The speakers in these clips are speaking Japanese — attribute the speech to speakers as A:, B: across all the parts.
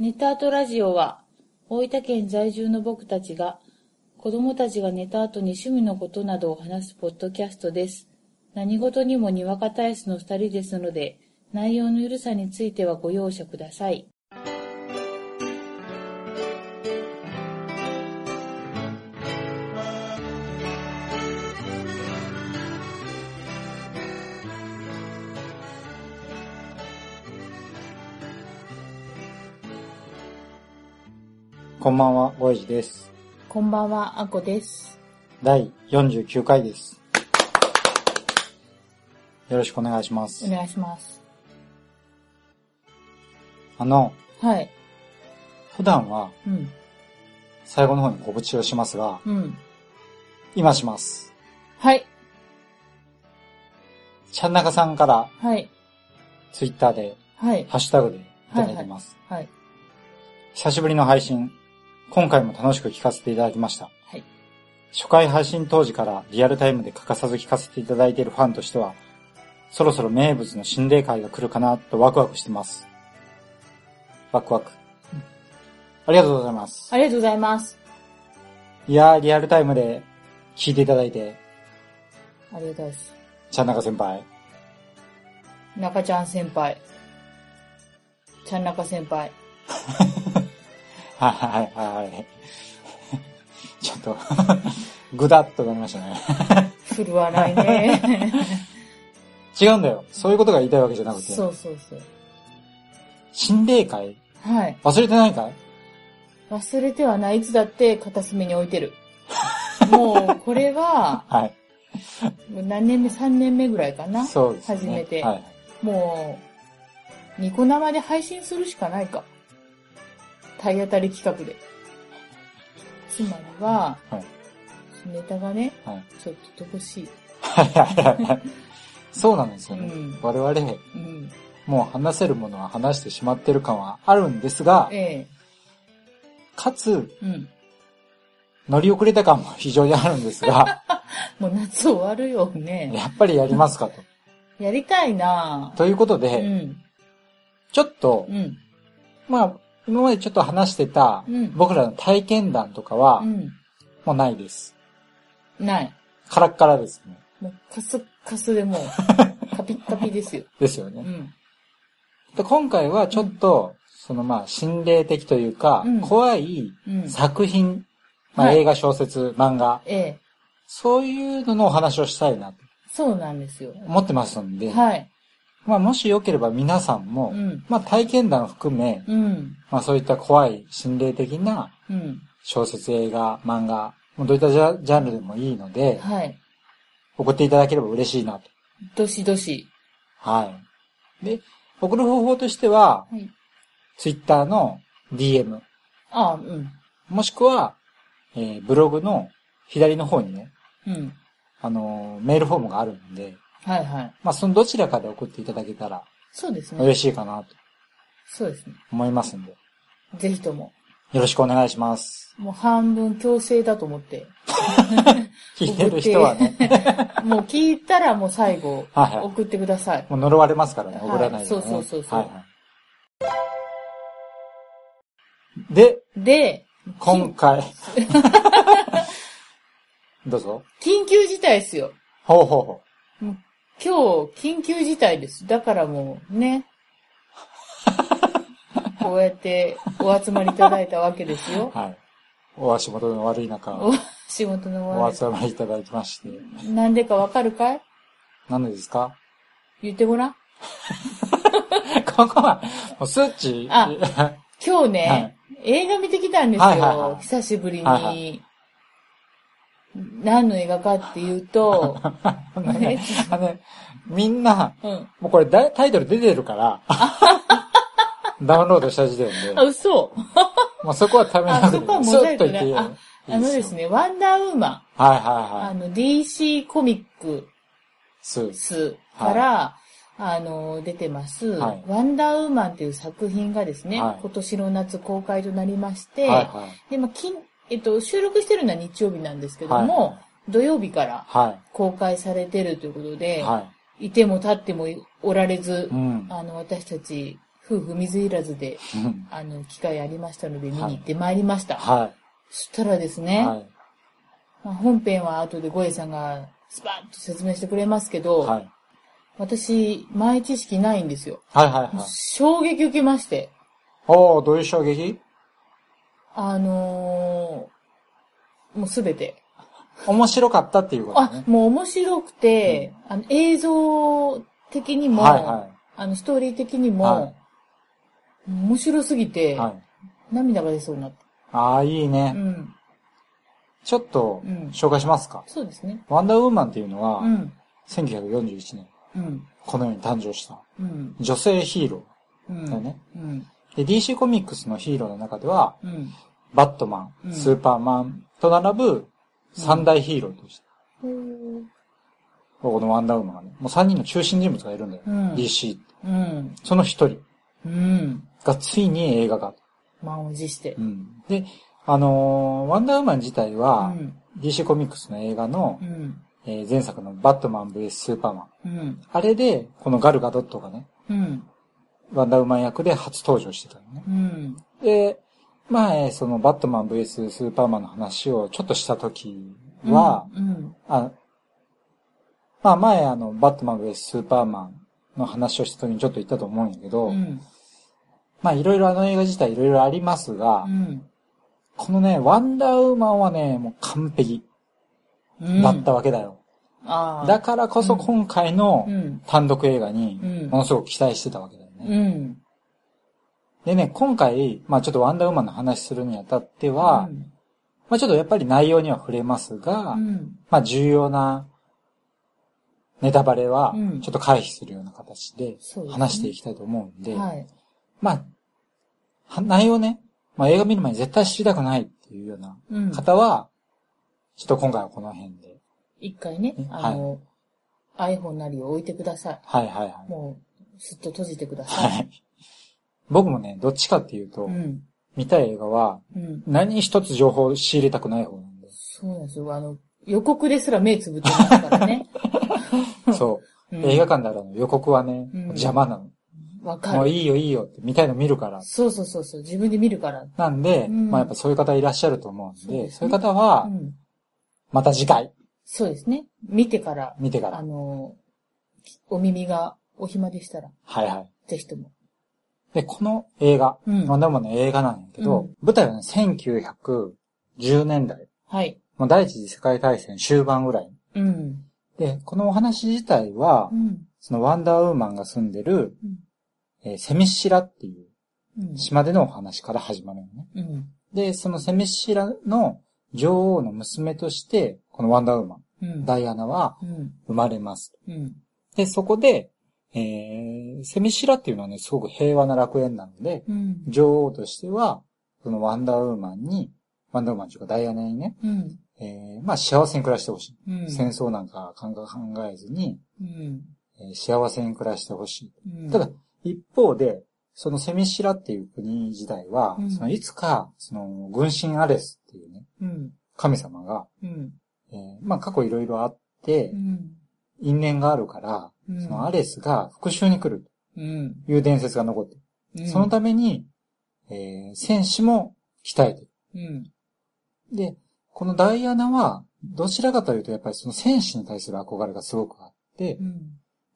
A: ネタ後ラジオは、大分県在住の僕たちが、子供たちが寝た後に趣味のことなどを話すポッドキャストです。何事にもにわか体質の二人ですので、内容の緩さについてはご容赦ください。
B: こんばんは、ごえじです。
A: こんばんは、あこです。
B: 第49回です。よろしくお願いしま
A: お
B: す。
A: 願いします。
B: あの、
A: はい。
B: 普段は
A: うん。
B: 最後の方に告知をしますが、
A: うん。
B: 今します。
A: はい。
B: ちゃんなかさんから
A: はい。
B: ツイッターで、
A: はい。
B: ハッシュタグでいただいてます。
A: はい。
B: 久しぶりの配信、今回も楽しく聞かせていただきました。
A: はい。
B: 初回配信当時からリアルタイムで欠かさず聞かせていただいているファンとしては、そろそろ名物の心霊会が来るかなとワクワクしてます。ワクワク。ありがとうございます。
A: ありがとうございます。
B: いやー、リアルタイムで聞いていただいて、
A: ありがたいです。
B: ちゃんなか先輩、
A: 中ちゃん先輩。ちゃん中先輩。
B: はいはいはいはい。ちょっと、ぐだっとなりましたね。
A: 振るわない ね。
B: 違うんだよ。そういうことが言いたいわけじゃなくて。
A: そうそうそう。
B: 心霊会
A: はい。
B: 忘れてないかい
A: 忘れてはない。いつだって片隅に置いて る。もう、これは、
B: はい。
A: もう何年目、3年目ぐらいかな。
B: そうですね。
A: 初めて
B: はい。
A: もう、ニコ生で配信するしかないか。体当たり企画で。つまりは、
B: はい
A: ネタがね、
B: はい
A: ちょっと乏しい。
B: はいはいはい。そうなんですよね。
A: うん
B: 我々、
A: うん。
B: もう話せるものは話してしまってる感はあるんですが、
A: え
B: かつ、
A: え。うん。
B: 乗り遅れた感も非常にあるんで すが、
A: もう夏終わるよね。
B: やっぱりやりますかと。
A: やりたいなぁ。
B: ということで、
A: うん。
B: ちょっと
A: う、ん。
B: まあ、今までちょっと話してた
A: うん、
B: 僕らの体験談とかは、
A: うん。
B: もうないです。
A: ない。
B: カラッカラですね。
A: もうカスカスでもう、カピッカピです よ。
B: ですよ
A: う
B: ね。
A: ん。
B: で今回はちょっと、そのまあ、心霊的というか、
A: うん
B: 怖い
A: うん。
B: 作品、まあ、
A: はい
B: 映画、小説、漫画、
A: ええ。
B: そういうののお話をしたいなと
A: そうなんですよ。
B: 思ってますんで、
A: はい。
B: まあもしよければ皆さんも、
A: うん。
B: まあ体験談含め、
A: うん。
B: まあそういった怖い心霊的な
A: うん。
B: 小説、映画、漫画、もうどういったジャジャンルでもいいので、
A: はい。
B: 送っていただければ嬉しいなと。
A: どしどし。
B: はい。で、送る方法としては、
A: はい。
B: Twitter の DM、
A: ああ、うん。
B: もしくは、えーブログの左の方にね、
A: うん。
B: あのーメールフォームがあるんで、
A: はいはい。
B: まあそのどちらかで送っていただけたら
A: そうですね。
B: 嬉しいかなと
A: そうですね。
B: 思いますんで、
A: ぜひとも。
B: よろしくお願いします。
A: もう半分強制だと思って。
B: 聞いてる人はね、
A: もう聞いたらもう最後、
B: はいはい
A: 送ってください。
B: もう呪われますからね、
A: はい
B: 怒らないで、ね
A: そうそうそうそう
B: はいはい、で、
A: で、
B: 今 回。どうぞ。
A: 緊急事態ですよ。
B: ほうほうほ
A: 今日、緊急事態です。だからもう、 ね。こうやってお集まりいただいたわけですよ
B: う。。はい。お足元の悪い中、
A: お仕事の終わ
B: お集まりいただきまして。
A: り。なんでかわかるかい
B: 何でですか
A: 言ってごらん。
B: ここは、もうスッチ。
A: あ
B: は
A: 今日ね、
B: はい
A: 映画見てきたんですよ。
B: はいはいはい
A: 久しぶりに、
B: はいは
A: 何の映画かっていうと、
B: あの ね、あのね みんな、
A: うん。
B: もうこれだタイトル出て るから、ダウンロードした時点で
A: あ、、嘘。
B: もうそこはためな
A: あ、
B: く
A: そこは
B: て、
A: モ
B: ス
A: ザ
B: ッ
A: イ
B: と
A: ク
B: 言っていい
A: ね。
B: よ
A: あ、あのです。
B: いい
A: ね、ワンダーウーマン。
B: よはいはいは
A: あ
B: い。
A: の、DC コミック
B: スー
A: スから、あの、出てます、
B: はい
A: ワンダーウーマンっていう作品がですね、
B: はい
A: 今年の夏公開となりまして、
B: はいはい。
A: で、まあ、金、えっと、収録してるのは日曜日なんですけども、
B: はい
A: 土曜日から
B: は
A: 公開されてるということ
B: い。
A: で、
B: はい
A: ても立ってもおられず、
B: い。うん。
A: あの、私たち、夫婦水いらずで、
B: うん
A: あの、機会ありましたので見に行ってまいりました。
B: は
A: そしたらです
B: い。
A: ね、
B: はい。
A: まあ、本編は後でゴエさんがスパッと説明してくれますけど、
B: はい。
A: 私、前知識ないんですよ。
B: はいはいはい。
A: 衝撃受けまして。
B: おー、どういう衝撃
A: あのー、もうすべて。
B: 面白かったっていうこと
A: あ
B: ね、。
A: もう面白くて、あの映像的にも、
B: はいは
A: あのストーリー的に
B: い。
A: も、
B: は
A: 面白すぎて、
B: い。はい。
A: 涙が出そうになっ
B: ああ、いい
A: た。う
B: ね。
A: ん。
B: ちょっと
A: うん、
B: 紹介しますか。
A: そうですね。
B: ワンダーウーマンっていうのは
A: う、ん。
B: 1941年、
A: うん。
B: この世に誕生した
A: うん。
B: 女性ヒーロ
A: うん。
B: だよね
A: うん。
B: ー。で、DC コミックスのヒーローの中では、
A: うん。
B: バットマ
A: う
B: ン、
A: ん
B: スーパーマンと並ぶ三大ヒーローとして、
A: うん。
B: このワンダーウーマンがね、もう三人の中心人物がいるんだよ。
A: うん
B: DC。
A: うん。
B: その一人
A: うん。
B: がついに映画化。
A: 満を持して
B: う。んで、あのーワンダーウーマン自体
A: う
B: は、
A: ん。
B: DC コミックスの映画の
A: う、ん。
B: えー前作のバットマン VS スーパーマ
A: う
B: ン。
A: ん。
B: あれで、このガルガドットがね、
A: うん。
B: ワンダーウーマン役で初登場してたのね。
A: うん。
B: で、前、そのバットマン VS スーパーマンの話をちょっとした時は、
A: うん。
B: あ、まあ前あの、バットマン VS スーパーマンの話をした時にちょっと言ったと思うんやけど、
A: うん。
B: まあいろいろあの映画自体いろいろありますが、
A: うん。
B: このね、ワンダーウーマンはね、もう完璧
A: うん。
B: だったわけだよ。
A: ああ。
B: だからこそ今回の
A: うん。
B: 単独映画に
A: うん
B: ものすごく期待してたわけだよね。
A: うん。
B: でね、今回、まあちょっとワンダーウーマンの話するにあたっては、
A: うん
B: まあちょっとやっぱり内容には触れますが、
A: うん。
B: まあ重要なネタバレは
A: うん
B: ちょっと回避するような形で
A: そうですね
B: 話していきたいと思うんで、
A: はい。
B: まあ、は内容ね、まあ映画見る前に絶対知りたくないっていうような
A: うん。
B: 方は、ちょっと今回はこの辺で。
A: 一回ね
B: ね、
A: あの、iPhone なりを置いてくださ
B: はいはいはい
A: い。。もう、すっと閉じてください。
B: はい。僕もね、どっちかっていうと、
A: うん。
B: 見たい映画は
A: うん。
B: 何一つ情報を仕入れたくない方なんで
A: そうなんですよ。あの、予告ですら目つぶってますからね。
B: そう。
A: うん
B: 映画館であるの予告はね、
A: うん
B: 邪魔なの。
A: わ
B: も
A: か
B: う
A: る。
B: いいよいいよって見たいの見るから。
A: そうそうそうそう。自分で見るから。
B: なんで、
A: うん
B: まあやっぱそういう方いらっしゃると思うん
A: そう
B: で、
A: ですね
B: そういう方は
A: う、ん。
B: また次回
A: そうですね。見てから、
B: 見てか
A: あ
B: ら。
A: の、きお耳がお暇でしたら、
B: はいはい。
A: ぜひとも。
B: で、この映画、
A: うん
B: ワンダーウーマンの映画なんやけど、
A: うん
B: 舞台はね、1910年代。
A: はい。
B: もう第一次世界大戦終盤ぐらい。
A: うん。
B: で、このお話自体は、
A: うん。
B: そのワンダーウーマンが住んでる、
A: うん
B: えーセミシラっていう
A: うん。
B: 島でのお話から始まるのね。
A: うん。
B: で、そのセミシラの女王の娘として、このワンダーウーマン、
A: うん。
B: ダイアナは
A: うん。
B: 生まれます。
A: うん。
B: で、そこで、えー、セミシラっていうのはね、すごく平和な楽園なので、
A: うん。
B: 女王としては、そのワンダーウーマンに、ワンダーウーマンというかダイアナにね、
A: うん。
B: えー、まあ幸せに暮らしてほしい。
A: うん。
B: 戦争なんか考えずに、
A: うん。
B: えー幸せに暮らしてほしい。
A: うん。
B: ただ、一方で、そのセミシラっていう国自体は、
A: うん
B: そのいつか、その軍神アレスっていうね、
A: うん。
B: 神様が、
A: うん。
B: えーまあ過去いろいろあって、
A: うん。
B: 因縁があるから、
A: うん
B: そのアレスが復讐に来る
A: うん。
B: という伝説が残ってる、
A: うん
B: そのために、えー戦士も鍛えてる。
A: うん。
B: で、このダイアナは、どちらかというとやっぱりその戦士に対する憧れがすごくあって
A: う、ん。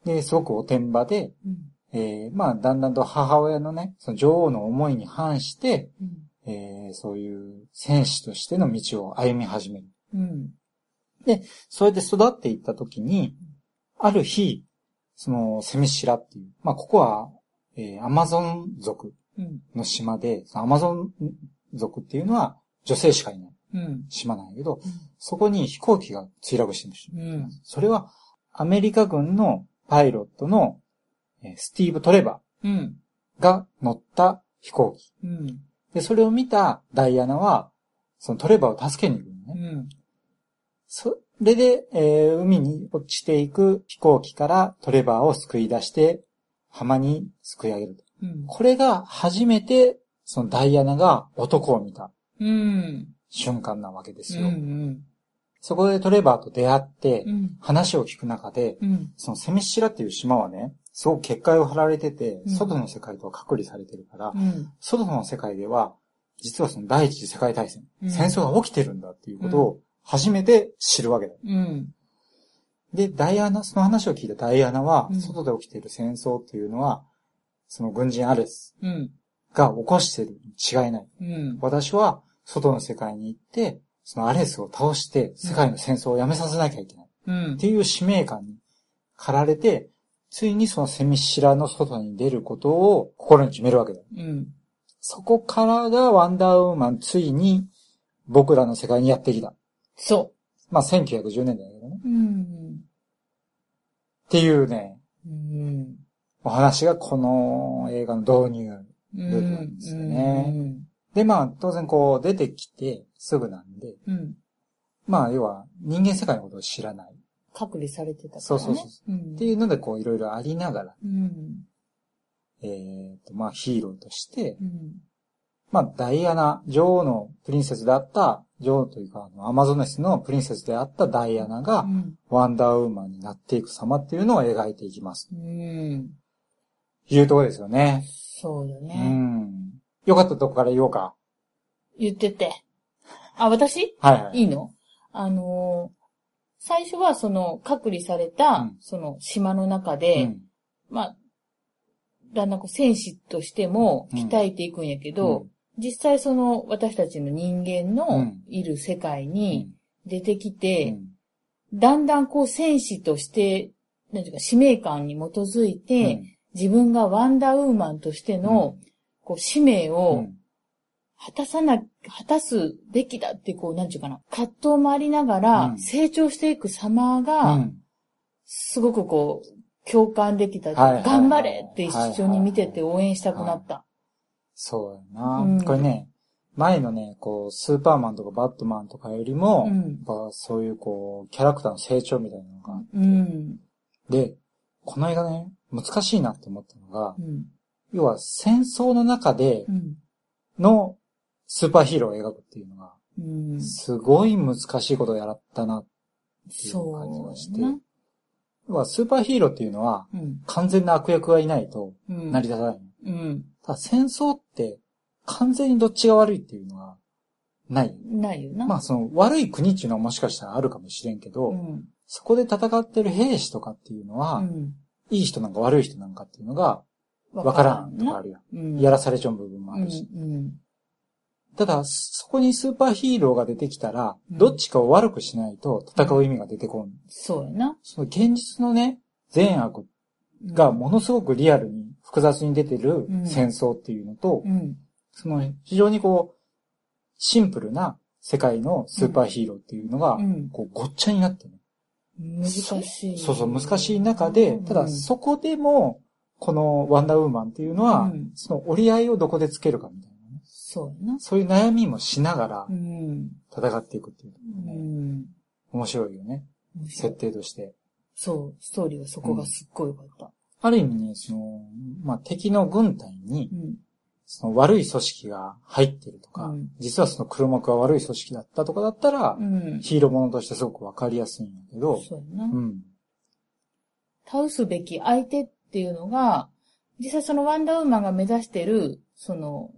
B: で、すごくおてんばで、
A: うん。
B: えーまあ、だんだんと母親のね、その女王の思いに反して、
A: うん。
B: えーそういう戦士としての道を歩み始める。
A: うん。
B: そうやって育っていった時に、ある日、その、セミシラっていう、まあ、ここは、えーアマゾン族
A: うん。
B: の島で、そのアマゾン族っていうのは女性しかいない
A: うん。
B: 島なんやけど、そこに飛行機が墜落してるし、
A: うん。
B: それは、アメリカ軍のパイロットの、えースティーブ・トレバ
A: うん。
B: ーが乗った飛行機。
A: うん。
B: で、それを見たダイアナは、そのトレバーを助けに行くのね。
A: うん。
B: それで、えー海に落ちていく飛行機からトレバーを救い出して、浜に救い上げると。
A: うん。
B: これが初めて、そのダイアナが男を見た
A: うん。
B: 瞬間なわけです
A: う
B: よ。
A: ん。
B: そこでトレバーと出会って
A: う、ん。
B: 話を聞く中で、
A: うん。
B: そのセミシラっていう島はね、すごく結界を張られてて、
A: うん
B: 外の世界とは隔離されてるから、
A: うん。
B: 外の世界では、実はその第一次世界大戦、
A: うん
B: 戦争が起きてるんだっていうことを初めて知るわけだよ。
A: うん。
B: で、ダイアナ、その話を聞いたダイアナは
A: う、ん
B: 外で起きている戦争っていうのは、その軍人アレス
A: うん。
B: が起こしているに違いない。
A: うん。
B: 私は、外の世界に行って、そのアレスを倒して、世界の戦争をやめさせなきゃいけない。
A: うん
B: っ。ていう使命感に駆られて、ついにそのセミシラの外に出ることを心に決めるわけだよ。
A: うん。
B: そこからがワンダーウーマンついに僕らの世界にやってきた。
A: そ
B: まあ、1910年代だけどね。
A: う。うん。
B: っていうね、
A: うん。
B: お話がこの映画の導入。
A: う
B: 部分なんですよねで、まあ、当然こう出てきてすぐなんで、
A: うん。うん。
B: まあ、要は人間世界のことを知らない。
A: 隔離されてたからね。。
B: そうそうそうっ
A: ん
B: て。いうので、こういろいろありながら、
A: うん。
B: えー、と、まあ、ヒーローとして
A: う、ん。
B: まあ、ダイアナ、女王のプリンセスであった、女王というか、あのアマゾネスのプリンセスであったダイアナが、ワンダーウーマンになっていく様っていうのを描いていきます。
A: うん。
B: というところですよね。
A: そうよ
B: う
A: ね。
B: ん。よかったとこから言おうか。
A: 言ってて。あ、私
B: はいはい。
A: いいのあのー最初はその隔離され
B: う
A: た
B: ん、
A: その島の中で、
B: うん
A: まあ、だんだんこう戦士としても鍛えていくんやけど、実際その私たちの人間
B: う
A: の
B: ん
A: いる世界
B: うん
A: に出てき
B: う
A: て、
B: ん
A: だんだんこう戦士として、なんていうか使命感に基づいうて、
B: ん
A: 自分がワンダーウーマンとしての、こう使命
B: う
A: を
B: ん
A: 果たさな、果たすべきだってこう、なんていうかな、葛藤もありながら
B: うん
A: 成長していく様
B: う
A: が、
B: ん
A: すごくこう、共感できた。
B: はいはいはい
A: 頑張れって一緒に見てて応援したくなった。
B: そうやな、
A: うん
B: これね、前のね、こう、スーパーマンとかバットマンとかよりも、
A: うん
B: やっぱそういうこう、キャラクターの成長みたいなのがあっ
A: うん。
B: で、この映画ね、難しいなって思ったのが
A: う、ん。
B: 要は戦争の中で
A: うん。
B: のスーパーヒーローを描くっていうのが、
A: うん。
B: すごい難しいことをやったな。
A: そう
B: っていう感じが
A: な
B: し。要はスーパーヒーローっていうのは、
A: うん。
B: 完全な悪役がいないと
A: うん。
B: 成り立たない。
A: うん。
B: ただ戦争って、完全にどっちが悪いっていうのは、ない。
A: ないよな。
B: まあその悪い国っていうのはもしかしたらあるかもしれんけど、
A: うん。
B: そこで戦ってる兵士とかっていうのは、
A: うん。
B: いい人なんか悪い人なんかっていうのが、わ
A: わ
B: からんとかあ
A: な。
B: るやん。
A: うん。
B: やらされちゃう部分もあ
A: うん。
B: るし。
A: うん。
B: ただ、そこにスーパーヒーローが出てきたら、
A: うん
B: どっちかを悪くしないと戦う意味が出てこん。
A: そうやな。
B: その現実のね、善悪
A: うん
B: が、ものすごくリアルに複雑に出てる
A: うん
B: 戦争っていうのと、
A: うん。
B: その非常にこう、シンプルな世界のスーパーヒーローっていうのが
A: う、ん。
B: こうごっちゃになってる。
A: 難しい。
B: そうそう、難しい中で
A: うん、
B: ただそこでも、このワンダーウーマンっていうのは
A: うん、
B: その折り合いをどこでつけるかみたいなね。
A: そうやな。
B: そういう悩みもしながら
A: うん。
B: 戦っていくっていう。
A: うん。
B: 面白いよね。設定として。
A: そう、ストーリーはそこがすっごい良かった。
B: ある意味ね、その、まあ、敵の軍隊に
A: う、ん。
B: その悪い組織が入ってるとか、
A: うん
B: 実はその黒幕が悪い組織だったとかだったら、
A: うん。
B: ヒーローものとしてすごくわかりやすいんだけど、
A: そうやな
B: う。ん。
A: 倒すべき相手っていうのが、実際そのワンダーウーマンが目指してる、その、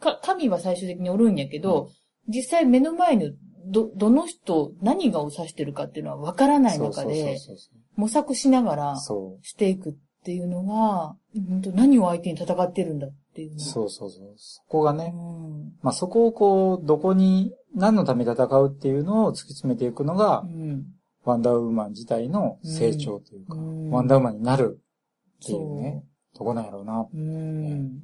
A: か、神は最終的におるんやけど、実際目の前にど、どの人、何がを指してるかっていうのは分からない
B: そう
A: 中
B: そうそう
A: で、
B: そうそう。
A: 模索しながら
B: そ
A: していくっていうのが、本当何を相手に戦ってるんだっていう
B: う
A: の。
B: そうそうそう。そこがね、
A: うん。
B: まあ、そこをこう、どこに、何のために戦うっていうのを突き詰めていくのが、
A: うん。
B: ワンダーウーマン自体の成長というか、
A: うん
B: ワンダーウーマンになるっていうね
A: そ、
B: とこなんやろうな
A: う。うん。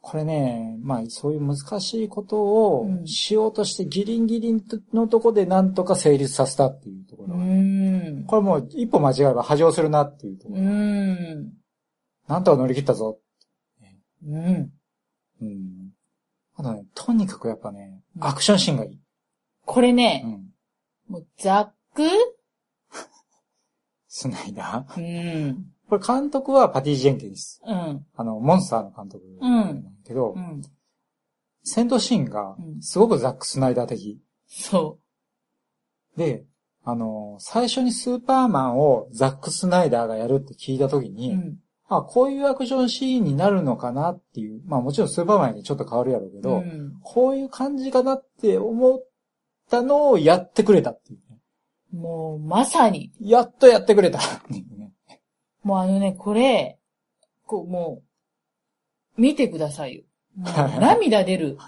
B: これね、まあそういう難しいことを
A: うん
B: しようとしてギリンギリのとこでなんとか成立させたっていうとこ
A: う
B: ろが、
A: ん。
B: これもう一歩間違えば波状するなっていうところ。
A: うん。
B: なんとか乗り切ったぞ。
A: うん。
B: うん。あとね、とにかくやっぱね、
A: うん
B: アクションシーンがいい。
A: これ
B: う
A: ね、
B: ん。
A: もうざっく
B: スナイダー。
A: うん。
B: これ監督はパティ・ジェンキンス。
A: うん。
B: あの、モンスターの監督なんだけど、
A: うん。
B: 戦闘シーンが
A: うん
B: すごくザック・スナイダー的。
A: そ
B: で、あの、最初にスーパーマンをザック・スナイダーがやるって聞いたとき
A: う。
B: に、
A: うん。
B: あ、こういうアクションシーンになるのかなっていう。まあもちろんスーパーマンにちょっと変わるやろうけ
A: う
B: ど、
A: ん
B: こういう感じかなって思ったのをやってくれたっていうね。
A: もう、まさに。
B: やっとやってくれたっていうね。
A: もうあのね、これ、こう、もう、見てくださいよ。もう涙出る。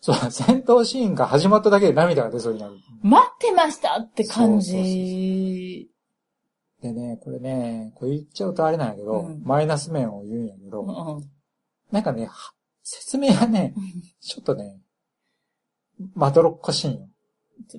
B: そう、戦闘シーンが始まっただけで涙が出そうになる。
A: 待ってましたって感
B: そうそうそう
A: じ。
B: でね、これね、これ言っちゃうとあれなんやけど、
A: うん
B: マイナス面を言うんやけど、
A: うん
B: なんかね、は説明がね、ちょっとね、まどろっこしいんよ。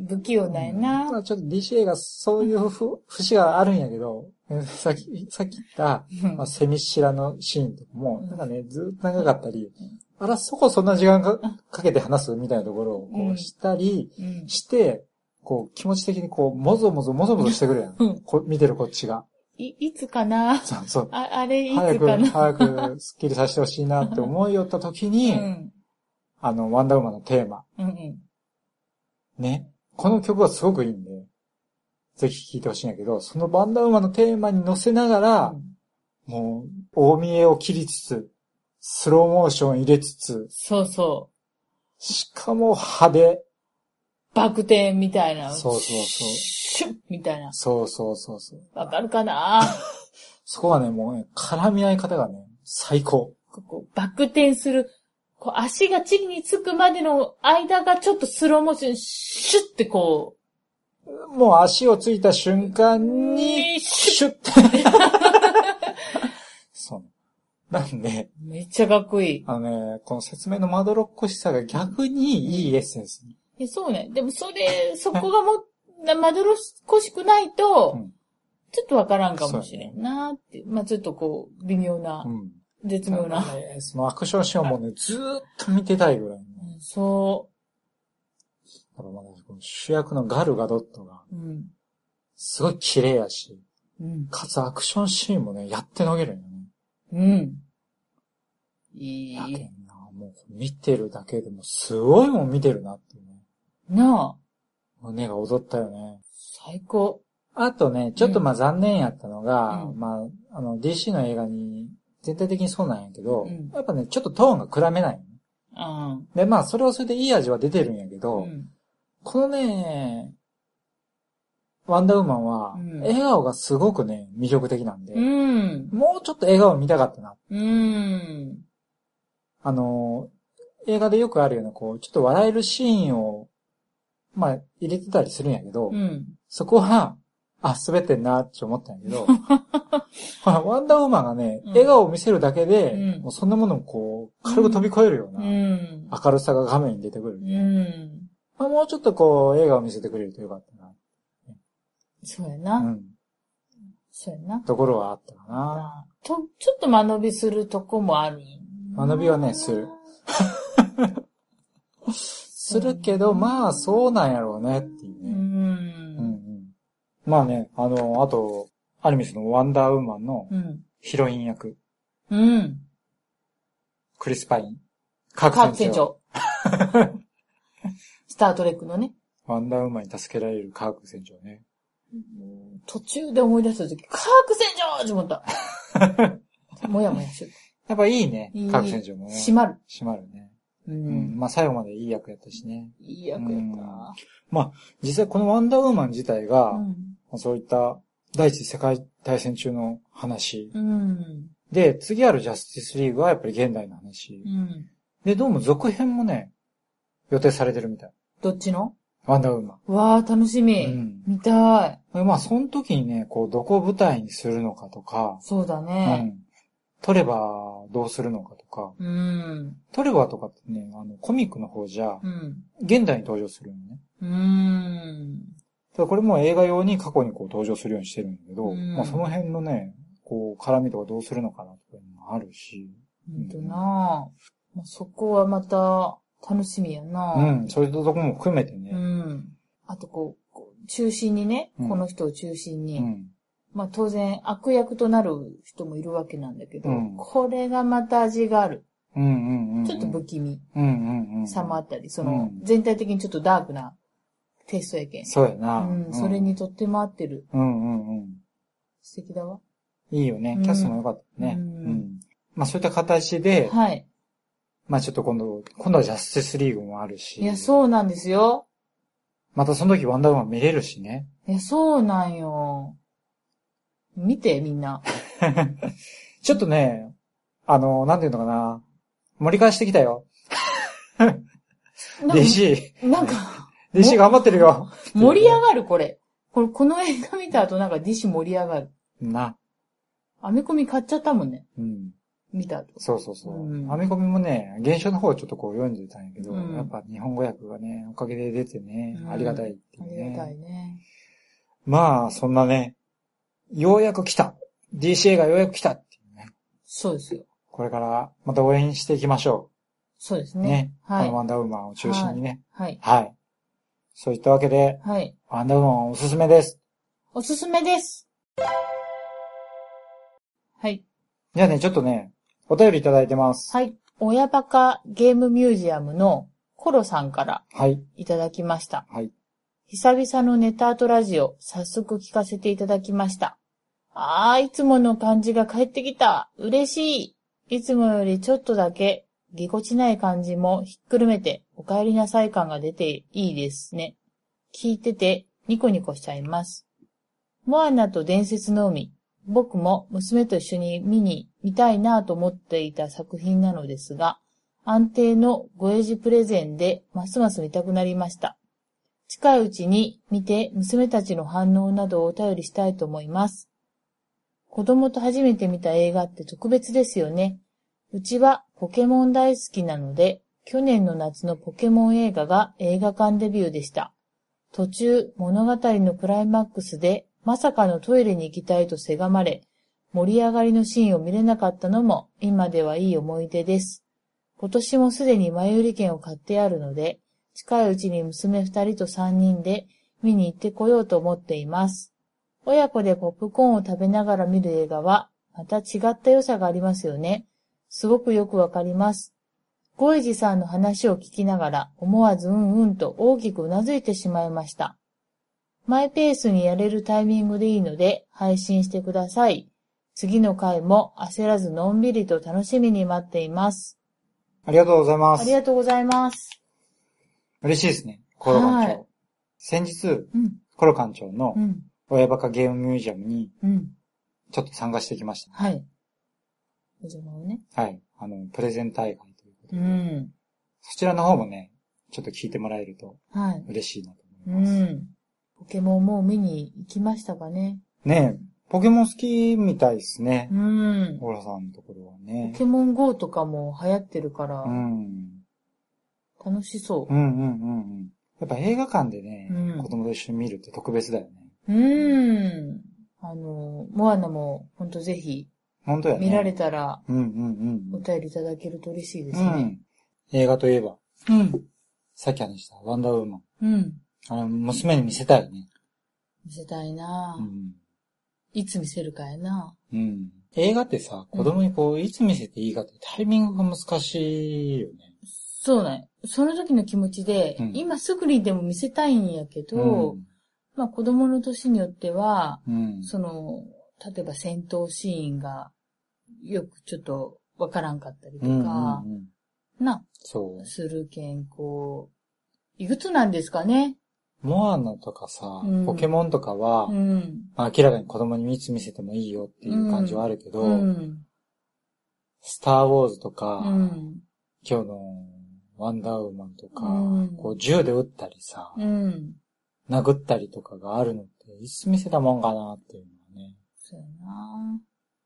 A: 不器用だよな。
B: まあちょっと DCA がそういうふ、節があるんやけど、えさっき、さっき言った、
A: うん
B: まあ、セミシラのシーンとかも
A: う、ん
B: なんかね、ずっと長かったり、あら、そこそんな時間かかけて話すみたいなところをこ
A: う
B: うんしたり
A: うん
B: して、こう気持ち的にこう、もぞもぞもぞもぞしてくるやん。
A: うん
B: こ見てるこっちが。
A: い、いつかな
B: そうそう。
A: あ、あれい
B: 早
A: つ
B: く、
A: かな
B: 早くスッキリさせてほしいなって思いよった時に、
A: うん。
B: あの、ワンダーウーマンのテーマ。
A: うんうん。
B: ね。この曲はすごくいいんで、ぜひ聴いてほしいんやけど、そのバンダウーマンのテーマに乗せながら、もう、大見えを切りつつ、スローモーション入れつつ、
A: そうそう。
B: しかも派手。
A: バク転みたいな。
B: そうそうそう
A: シュッみたいな。
B: そうそうそうそう。
A: わかるかな
B: そこはね、もうね、絡み合い方がね、最高。
A: ここバク転する。こう足が地につくまでの間がちょっとスローモーション、シュッってこ
B: もう足をついた瞬間
A: う、
B: に、
A: ねシュッ
B: シュッ そう。なんで、
A: めっちゃかっこいい
B: あのね、この説明のまどろっこしさが逆にいいエッセンスに。
A: え。そうね。でもそれ、そこがも、なまどろっこしくないと、
B: うん
A: ちょっとわからんかもしれんなーって。まあちょっとこう、微妙な
B: う、ん。
A: 絶妙な。
B: ねそのアクションシーンをもうね、ずーっと見てたいぐらいの。
A: うんそ
B: だからまだこの主役のガルガドットが、
A: う。うん。
B: すごい綺麗やし、
A: うん。
B: かつアクションシーンもね、やってのげるんよね。
A: うん。い
B: やけ
A: い。
B: んな、もう見てるだけでもすごいもん見てるなっていうね。
A: なあ、
B: 胸が踊ったよね。
A: 最高。
B: あとね、ちょっとまあ残念やったのが、
A: うん
B: まあ、あの DC の映画に、全体的にそうなんやけど、
A: うん
B: やっぱね、ちょっとトーンが暗めないのね。
A: うん。
B: で、まあ、それはそれでいい味は出てるんやけ
A: う
B: ど、
A: ん。
B: このね、ワンダーウーマンは
A: う、ん
B: 笑顔がすごくね、魅力的なんで、
A: うん。
B: もうちょっと笑顔見たかったな。
A: うん。
B: あの、映画でよくあるような、こう、ちょっと笑えるシーンを、まあ、入れてたりするんやけど、
A: うん。
B: そこは、あ、滑ってんなって思ったんや けど、ほらワンダーウーマンがね、
A: うん
B: 笑顔を見せるだけで、
A: うん
B: もうそんなものをこう、軽く飛び越えるよう
A: う。
B: なん明るさが画面に出てくる。
A: うん。
B: まあ、もうちょっとこう、笑顔を見せてくれるとよかったな。
A: そうや
B: う
A: な。
B: ん。
A: そうやな。
B: ところはあったかな。
A: と、ちょっと間延びするとこもある。
B: 間延びはねする。するけど、まあ、そうなんやろうねっていう
A: う。
B: ね。うんうんん。まあね、あの、あと、アルミスのワンダーウーマンの
A: うん。
B: ヒロイン役、
A: うん。
B: クリス・パイン。各
A: 各
B: 船
A: 船
B: 長。
A: 長。スタートレックのね。
B: ワンダーウーマンに助けられる科学船長ね。
A: 途中で思い出したとき、科学船長って思った。 もやもやしてる。
B: やっぱいいね
A: いい、
B: 科学船長もね。
A: 閉まる。
B: 閉まるね。
A: う
B: うんん。。まあ最後までいい役やったしね。
A: いい役やった。
B: 実際このワンダーウーマン自体が、
A: うん。
B: そういった第一次世界大戦中の話。
A: うん。
B: で、次あるジャスティスリーグはやっぱり現代の話。
A: うん。
B: で、どうも続編もね、予定されてるみたい。
A: どっちの
B: ワンダーウーマ
A: わあ、楽しみ。
B: うん
A: 見たい。
B: ン。でまあ、その時にね、こう、どこを舞台にするのかとか、
A: そうだ
B: う
A: ね。
B: ん。トレバーどうするのかとか、
A: うん。
B: トレバーとかってね、あの、コミックの方じゃ
A: う、ん。
B: 現代に登場するのね。
A: うん。
B: ただこれも映画用に過去にこう登場するようにしてるんだけど、
A: うん
B: まあその辺のね、こう、絡みとかどうするのかなとかいうのもあるし、
A: ほんとなまあそこはまた、楽しみやな
B: うん、そういうとこも含めて
A: う
B: ね、
A: ん。あとこう、こう中心にね、
B: うん
A: この人を中心
B: う
A: に、
B: ん、
A: まあ当然悪役となる人もいるわけなんだけど、
B: うん
A: これがまた味がある。
B: うん、うん、うん。
A: ちょっと不気味
B: うん、うん、うん。
A: さもあったり、その、
B: うん
A: 全体的にちょっとダークなテイストやけん。
B: そうやな。
A: うん、それにとっても合ってる。
B: うんうんうん。
A: 素敵だわ。
B: いいよね
A: う。ん
B: キャストも良かったね。
A: う
B: うんん。まあそういった形で、
A: はい。
B: まあちょっと今度、今度はジャスティスリーグもあるし。
A: いや、そうなんですよ。
B: またその時ワンダーウーマン見れるしね。
A: いや、そうなんよ。見て、みんな。
B: ちょっとね、あの、なんていうのかな。盛り返してきたよ。
A: なんか
B: DC。
A: なんか、
B: DC 頑張ってるよ。
A: 盛り上がる、これ。これ、この映画見た後、なんか、ディッシュ盛り上がる。
B: な。
A: アメコミ買っちゃったもんね。
B: うん。
A: 見た後。
B: そうそうそう。
A: うん
B: アメコミもね、原書の方をちょっとこう読んでたんやけど、
A: うん
B: やっぱ日本語訳がね、おかげで出てね、
A: うん
B: ありがたいってい
A: あ
B: うね。
A: りがたいね。
B: まあ、そんなね、ようやく来た !DCA がようやく来たっていうね。
A: そうですよ。
B: これからまた応援していきましょ
A: そうです
B: う。
A: ね。
B: ね。
A: は
B: この
A: い。
B: ワンダーウーマンを中心にね。
A: はい。
B: はい。そういったわけで、
A: はい。
B: ワンダーウーマンおすすめです。
A: おすすめです。はい。
B: じゃあね、ちょっとね、お便りいただいてます。
A: はい。親バカゲームミュージアムのコロさんから
B: はい。
A: いただきました。
B: はい。
A: 久々のネタアートラジオ、早速聞かせていただきました。あー、いつもの感じが帰ってきた。嬉しい。いつもよりちょっとだけ、ぎこちない感じもひっくるめて、お帰りなさい感が出ていいですね。聞いてて、ニコニコしちゃいます。モアナと伝説の海。僕も娘と一緒に見に、見たいなと思っていた作品なのですが、安定のごエジプレゼンで、ますます見たくなりました。近いうちに見て娘たちの反応などをお便りしたいと思います。子供と初めて見た映画って特別ですよね。うちはポケモン大好きなので、去年の夏のポケモン映画が映画館デビューでした。途中、物語のクライマックスで、まさかのトイレに行きたいとせがまれ、盛り上がりのシーンを見れなかったのも、今ではいい思い出です。今年もすでに前売り券を買ってあるので、近いうちに娘二人と三人で見に行ってこようと思っています。親子でポップコーンを食べながら見る映画は、また違った良さがありますよね。すごくよくわかります。ゴイジさんの話を聞きながら、思わずうんうんと大きくうなずいてしまいました。マイペースにやれるタイミングでいいので、配信してください。次の回も焦らずのんびりと楽しみに待っています。
B: ありがとうございま
A: あ
B: す
A: り。がとうございます。
B: 嬉しいですね、コロ館長。
A: はい
B: 先日、
A: うん、
B: コロ館長の
A: うん、
B: 親バカゲームミュージアムに
A: うん。
B: ちょっと参加してきまし
A: はい。お邪魔をね。
B: た。はい。あの、プレゼン大会ということ
A: う
B: で。
A: ん。
B: そちらの方もね、ちょっと聞いてもらえると
A: はい。
B: 嬉しいなと
A: う
B: 思います。
A: ん。ポケモンもう見に行きましたかね。
B: ねえ、ポケモン好きみたいですね
A: う。ん。
B: オラさんのところは
A: ポ
B: ね。
A: ケモン GO とかも流行ってるから
B: う、ん。
A: 楽しそ
B: うんうんうんうん。やっぱ映画館でね、
A: うん
B: 子供と一緒に見るって特別だよね。
A: う。うん。あの、モアナも、ほんとぜひ、
B: 本当やね。
A: 見られたら、
B: うんうんう
A: お
B: ん
A: 便りいただけると嬉しいで
B: う
A: す
B: ん。う
A: ね。
B: ん。映画といえば、
A: うん。
B: さっき話したワンダーウーマン。
A: うん。
B: あの、娘に見せたいね。
A: 見せたいな
B: う
A: ぁ
B: ん。
A: いつ見せるかやな
B: うん。映画ってさ、子供にこう、いつ見せていいかってタイミングが難しいよね。
A: そうね。その時の気持ちで、
B: うん
A: 今すぐにでも見せたいんやけど、まあ子供の年によっては、
B: うん。うん。
A: その、例えば戦闘シーンがよくちょっとわからんかったりと
B: うんうん
A: か、
B: うん。
A: な、
B: そ
A: するけん、こう、いくつなんですかね
B: う。モアナとかさ、
A: うん
B: ポケモンとかは、
A: うん。
B: まあ明らかに子供にいつ見せてもいいよっていう感じはあるけど、
A: うん。
B: スターウォーズとか、
A: うん。
B: 今日のワンダーウーマンとか、
A: うん
B: こう銃で撃ったりさ、
A: うん。
B: 殴ったりとかがあるのって、いつ見せたもんかなっていうのはね。
A: そうやな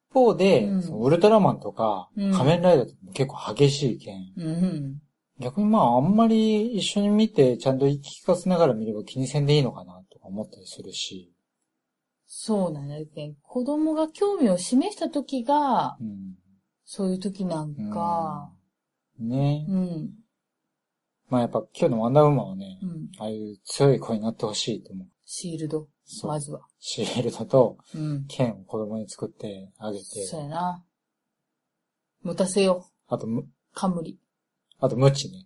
B: 一方で、
A: うん
B: そのウルトラマンとか、
A: うん
B: 仮面ライダーとかも結構激しいけん。
A: うん。
B: 逆にまああんまり一緒に見て、ちゃんと言い聞かせながら見れば気にせんでいいのかなとか思ったりするし。
A: そうなんだけど、子供が興味を示した時が、
B: うん。
A: そういう時なんか、
B: うんね、
A: うん。
B: まあやっぱ今日のワンダーウーマンはね、
A: うん。
B: ああいう強い子になってほしいと思う。
A: シールド、
B: そう
A: まずは。
B: シールドと
A: うん。
B: 剣を子供に作ってあげて、
A: そうやな持たせよ
B: あとむ、
A: う、冠。
B: あと、無知ね。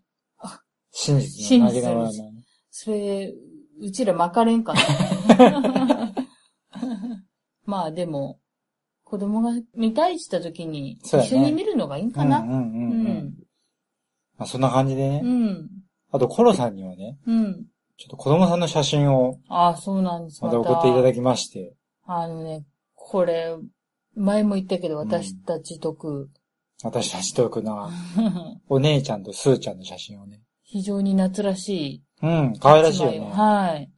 B: 真実
A: 真
B: の
A: 実
B: 投げ縄の
A: そそれ、う ちら巻かれんかな。まあでも、子供が見たいって言った時に、
B: そう
A: 一
B: やね
A: 緒に見るのがいいかな。
B: うん
A: う
B: うんうんうん。
A: ん。
B: まあ、そんな感じでね。
A: うん。
B: あと、コロさんにはね、
A: うん。
B: ちょっと子供さんの写真を
A: ああ、そうなんです。
B: また送っていただきまして、
A: あのね、これ、前も言ったけど、
B: うん
A: 私たち得、
B: 私たちとよ くな、お姉ちゃんとスーちゃんの写真をね。
A: 非常に夏らしい。
B: うん、可愛らしいよね。やっ
A: はい。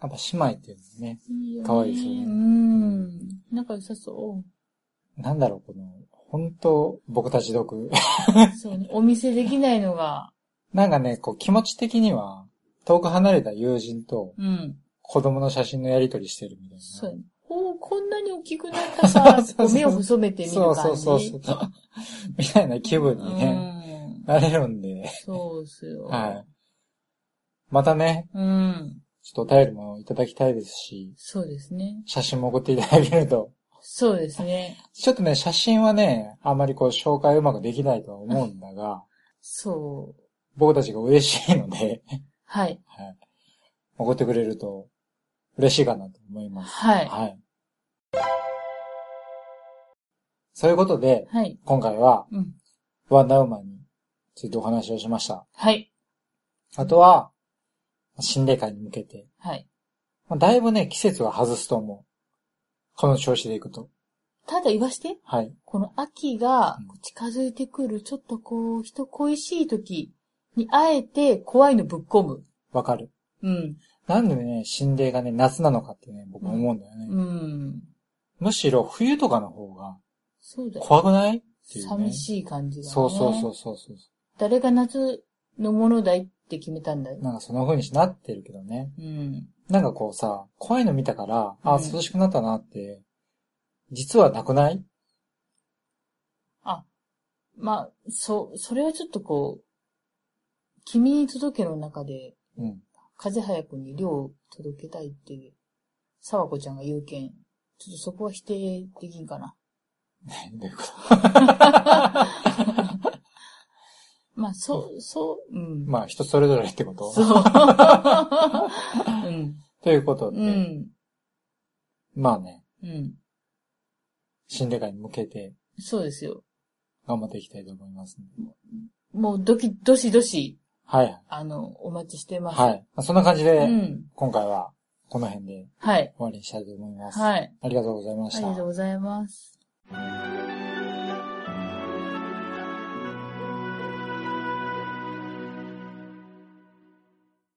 B: ぱ姉妹っていうのね、
A: よね
B: 可愛いですよね
A: うん。仲良さそ
B: なんだろう、この、本当僕たち毒。
A: う。そうね。お見せできないのが、
B: なんかね、こう気持ち的には、遠く離れた友人と
A: うん。
B: 子供の写真のやりとりしてるみたいな。
A: そうね。おーこんなに大きくなったか
B: そうそうそう、
A: こう目を細めてみる
B: そ
A: 感
B: う
A: じ。
B: そうそうそう。 みたいな気分にね、
A: うん。
B: なれるんで、
A: そうっすよ。
B: はい。またね、
A: うん。
B: ちょっとお便りもいただきたいですし、
A: そうですね。
B: 写真も送っていただけると。
A: そうですね。
B: ちょっとね、写真はね、あんまりこう紹介うまくできないとは思うんだが、
A: そう。
B: 僕たちが嬉しいので、
A: はい。
B: はい。送ってくれると嬉しいかなと思います。
A: はい。
B: はい。そういうことで、
A: はい。
B: 今回は
A: うん。
B: ワンダーウーマンについてお話をしました。
A: はい。
B: あとは、心霊会に向けて、
A: はい。
B: まあ、だいぶね、季節は外すと思う。この調子でいくと。
A: ただ言わして。
B: はい。
A: この秋が
B: うん
A: 近づいてくる、ちょっとこう、人恋しい時に、あえて怖いのぶっ込む。
B: わかる。
A: うん。
B: なんでね、心霊がね、夏なのかってね、僕は思うんだよね。
A: うん。
B: むしろ冬とかの方が
A: そうだよ。
B: 怖くないっていうね。
A: 寂しい感じがね。
B: そうそうそうそうそう。
A: 誰が夏のものだいって決めたんだよ。
B: なんかそんな風にしなってるけどね。
A: うん。
B: なんかこうさ、怖いの見たから、
A: う
B: あ、
A: ん
B: 涼しくなったなって、実はなくない
A: あ、まあ、そ、それはちょっとこう、君に届けの中で、
B: うん。
A: 風早くに量を届けたいって、沢子ちゃんが言うけん、ちょっとそこは否定できんかな。
B: どういうこと
A: まあ、そう、そう、うん。
B: まあ人それぞれってこと
A: そう。うん。
B: ということで、
A: うん。
B: まあね、
A: うん。
B: 心霊会に向けて
A: そうですよ。
B: 頑張っていきたいと思いますんで、
A: もう、どき、どしどし、
B: はい。
A: あの、お待ちしてます。
B: はい。まあそんな感じで、
A: うん。
B: 今回はこの辺で終
A: はい。
B: わりにしたいと思います。
A: はい。
B: ありがとうございまし
A: あり
B: た
A: がとう。ございます。